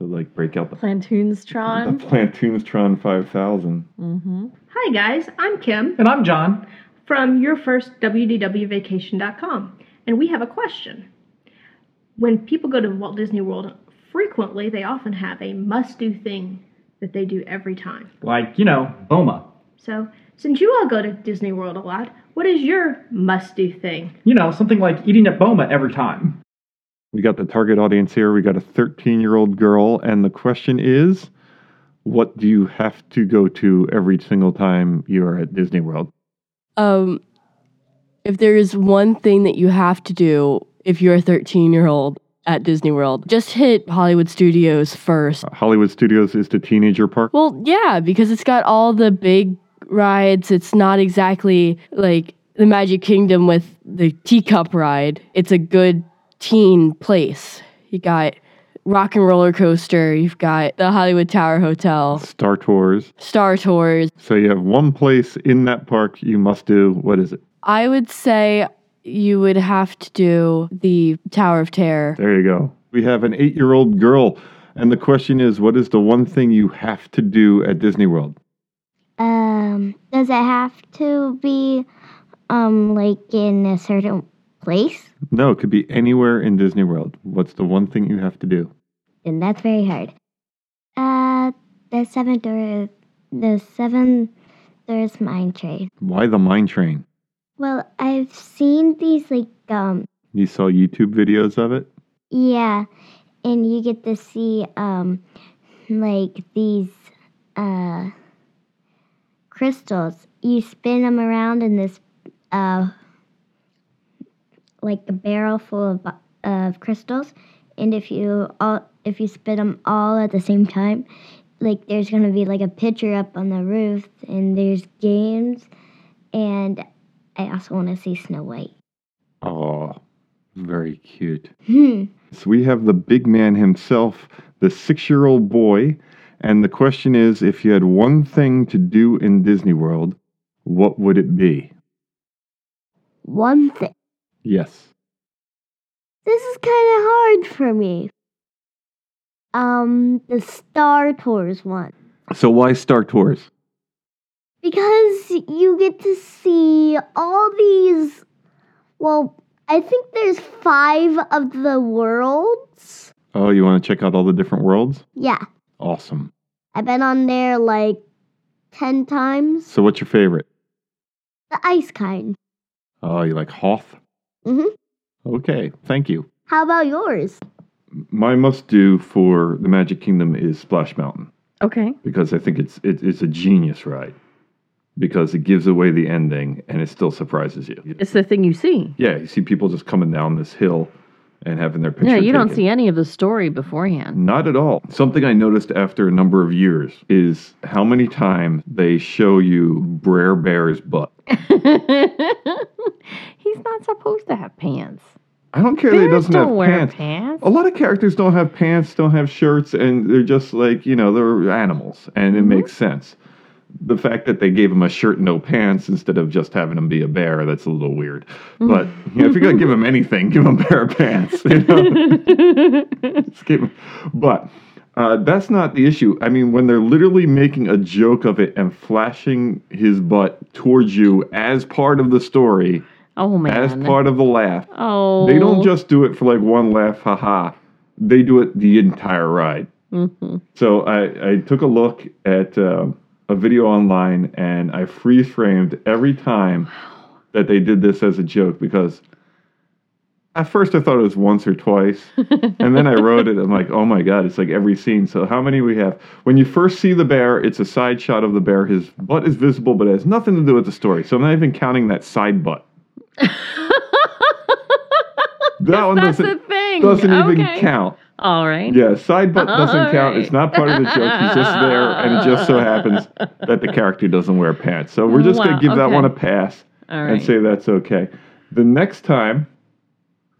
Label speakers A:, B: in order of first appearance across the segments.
A: like break out the, the
B: Plantoonstron.
A: Plantoonstron 5000.
B: Mm-hmm.
C: Hi, guys. I'm Kim
D: And I'm John.
C: from your first WDWVacation.com, and we have a question. When people go to Walt Disney World frequently, they often have a must do thing that they do every time.
D: Like, you know, Boma.
C: So, since you all go to Disney World a lot, what is your must do thing?
D: You know, something like eating at Boma every time.
A: We got the target audience here. We got a 13 year old girl. And the question is what do you have to go to every single time you are at Disney World?
E: Um, if there is one thing that you have to do if you're a 13 year old at Disney World, just hit Hollywood Studios first.
A: Hollywood Studios is the teenager park.
E: Well, yeah, because it's got all the big rides. It's not exactly like the Magic Kingdom with the teacup ride. It's a good teen place. You got Rock and Roller Coaster, you've got the Hollywood Tower Hotel,
A: Star Tours.
E: Star Tours,
A: So you have one place in that park you must do. What is it?
E: I would say you would have to do the Tower of Terror.
A: There you go. We have an eight year old girl. And the question is what is the one thing you have to do at Disney World?
F: Um, does it have to be um like in a certain place?
A: No, it could be anywhere in Disney World. What's the one thing you have to do?
F: Then that's very hard. Uh, the seven door, the seven doors mine train.
A: Why the mine train?
F: Well, I've seen these like um
A: You saw YouTube videos of it?
F: yeah, and you get to see um like these uh crystals. You spin them around in this uh like a barrel full of bo- of crystals, and if you all if you spin them all at the same time, like there's gonna be like a picture up on the roof, and there's games, and I also want to see Snow White.
A: Oh, very cute.
F: Hmm.
A: So we have the big man himself, the six year old boy. And the question is if you had one thing to do in Disney World, what would it be?
F: One thing.
A: Yes.
F: This is kind of hard for me. Um, the Star Tours one.
A: So why Star Tours?
F: Because you get to see all these. Well, I think there's five of the worlds.
A: Oh, you want to check out all the different worlds?
F: Yeah,
A: Awesome.
F: I've been on there like 10 times.
A: So what's your favorite?
F: The ice kind.
A: Oh, you like Hoth?
F: Mhm.
A: Okay, thank you.
F: How about yours?
A: My must do for the Magic Kingdom is Splash Mountain.
B: Okay.
A: because I think it's it, it's a genius ride because it gives away the ending and it still surprises you.
B: It's the thing you see.
A: Yeah, you see people just coming down this hill and having their picture.
B: Yeah, you don't
A: taken.
B: see any of the story beforehand.
A: Not at all. Something I noticed after a number of years is how many times they show you Brer Bear's butt.
B: He's not supposed to have pants.
A: I don't care that he
B: Bears
A: doesn't
B: don't
A: have
B: wear
A: pants. A lot of characters don't have pants, don't have shirts, and they're just like, you know, they're animals, and
B: Mm-hmm.
A: it makes sense. The fact that they gave him a shirt and no pants instead of just having him be a bear, that's a little weird.
B: Mm-hmm.
A: But you know, if you're going to give him anything, give him a pair of pants. You know? Just give him- But uh, that's not the issue. I mean, when they're literally making a joke of it and flashing his butt towards you as part of the story,
B: Oh man.
A: as part of the laugh,
B: oh.
A: they don't just do it for like one laugh, haha. They do it the entire ride.
B: Mhm.
A: So I, I took a look at uh, a video online and I freeze framed every time that they did this as a joke because at first I thought it was once or twice. and then I wrote it. I'm like, oh my God, it's like every scene. So how many we have? When you first see the bear, it's a side shot of the bear. His butt is visible, but it has nothing to do with the story. So I'm not even counting that side butt. That one
B: That's
A: doesn't
B: the thing.
A: doesn't even
B: Okay.
A: count.
B: All right.
A: Yeah, side butt doesn't
B: All
A: count.
B: right.
A: It's not part of the joke. He's just there, and it just so happens that the character doesn't wear pants. So we're just
B: Wow,
A: gonna give that
B: okay.
A: one a pass
B: All
A: and
B: right.
A: say that's okay. The next time,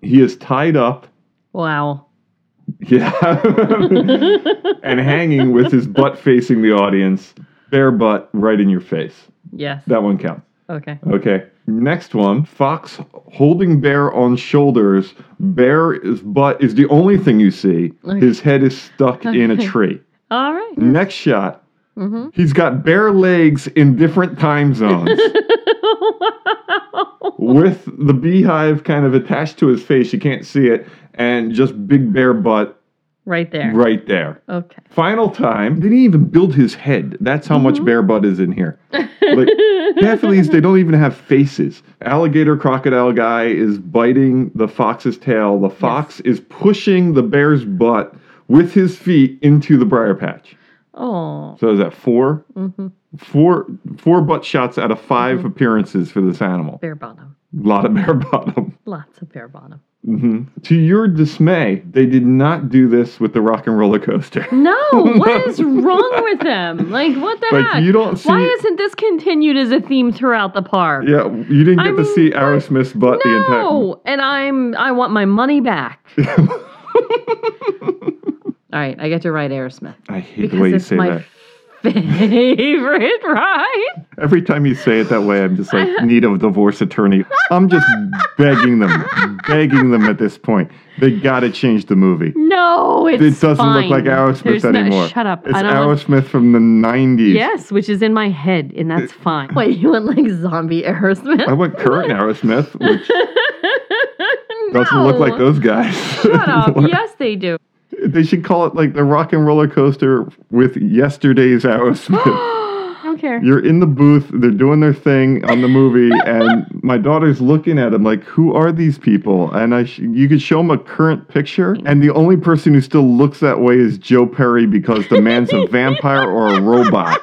A: he is tied up.
B: wow.
A: Yeah. and hanging with his butt facing the audience, bare butt right in your face.
B: Yes.
A: That one counts.
B: Okay.
A: Okay. Next one. Fox holding bear on shoulders. Bear is butt is the only thing you see.
B: Okay.
A: His head is stuck in a tree.
B: All right.
A: Next shot.
B: Mm-hmm.
A: He's got bear legs in different time zones with the beehive kind of attached to his face. You can't see it. And just big bear butt
B: right there.
A: right there.
B: Okay.
A: Final time. They didn't even build his head. That's how much bear butt is in here. Like, half of these, they don't even have faces. Alligator crocodile guy is biting the fox's tail. The fox is pushing the bear's butt with his feet into the briar patch.
B: Oh.
A: So is that four?
B: Mm-hmm.
A: Four, four butt shots out of 5 appearances for this animal.
B: Bare bottom.
A: A lot of bear bottom.
B: Lots of bare bottom.
A: hmm To your dismay, they did not do this with the rock and roller coaster.
B: No. What is wrong with them? Like what the
A: Like
B: heck?
A: you don't see.
B: Why isn't this continued as a theme throughout the park?
A: yeah, you didn't get
B: I
A: to
B: mean,
A: see Aerosmith's butt the entire.
B: No, and I'm I want my money back. All right, I get to ride Aerosmith
A: I hate the way
B: because
A: you
B: it's
A: say
B: my
A: that.
B: favorite ride.
A: Every time you say it that way, I'm just like, need a divorce attorney. I'm just begging them, begging them at this point. They got to change the movie.
B: No, it's
A: It doesn't
B: fine.
A: look like Aerosmith
B: There's no-
A: anymore.
B: shut up!
A: It's
B: I don't want-
A: Aerosmith from the 90s.
B: yes, which is in my head, and that's fine. Wait, you went like zombie
A: I
B: Aerosmith?
A: went current Aerosmith, which doesn't look like those guys.
B: Shut up!
A: anymore.
B: Yes, they do.
A: They should call it like the rock and roller coaster with yesterday's Aerosmith.
B: I don't care.
A: You're in the booth, they're doing their thing on the movie, and my daughter's looking at them like, "Who are these people?" And I, sh- you could show them a current picture, and the only person who still looks that way is Joe Perry because the man's a vampire or a robot.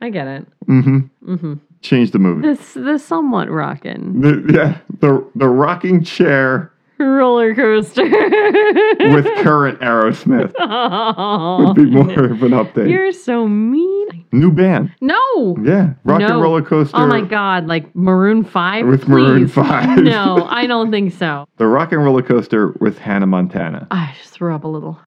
B: I get it.
A: hmm
B: Mm-hmm.
A: Change the movie.
B: This this somewhat rockin'
A: The, yeah, the the rocking chair
B: roller coaster.
A: with current Aerosmith
B: oh,
A: would be more of an update.
B: You're so mean.
A: New band,
B: No.
A: yeah, rock
B: No.
A: and roller coaster.
B: Oh my god, like Maroon 5?
A: With Maroon
B: Please.
A: 5.
B: No, I don't think so.
A: The rock and roller coaster with Hannah Montana.
B: I just threw up a little.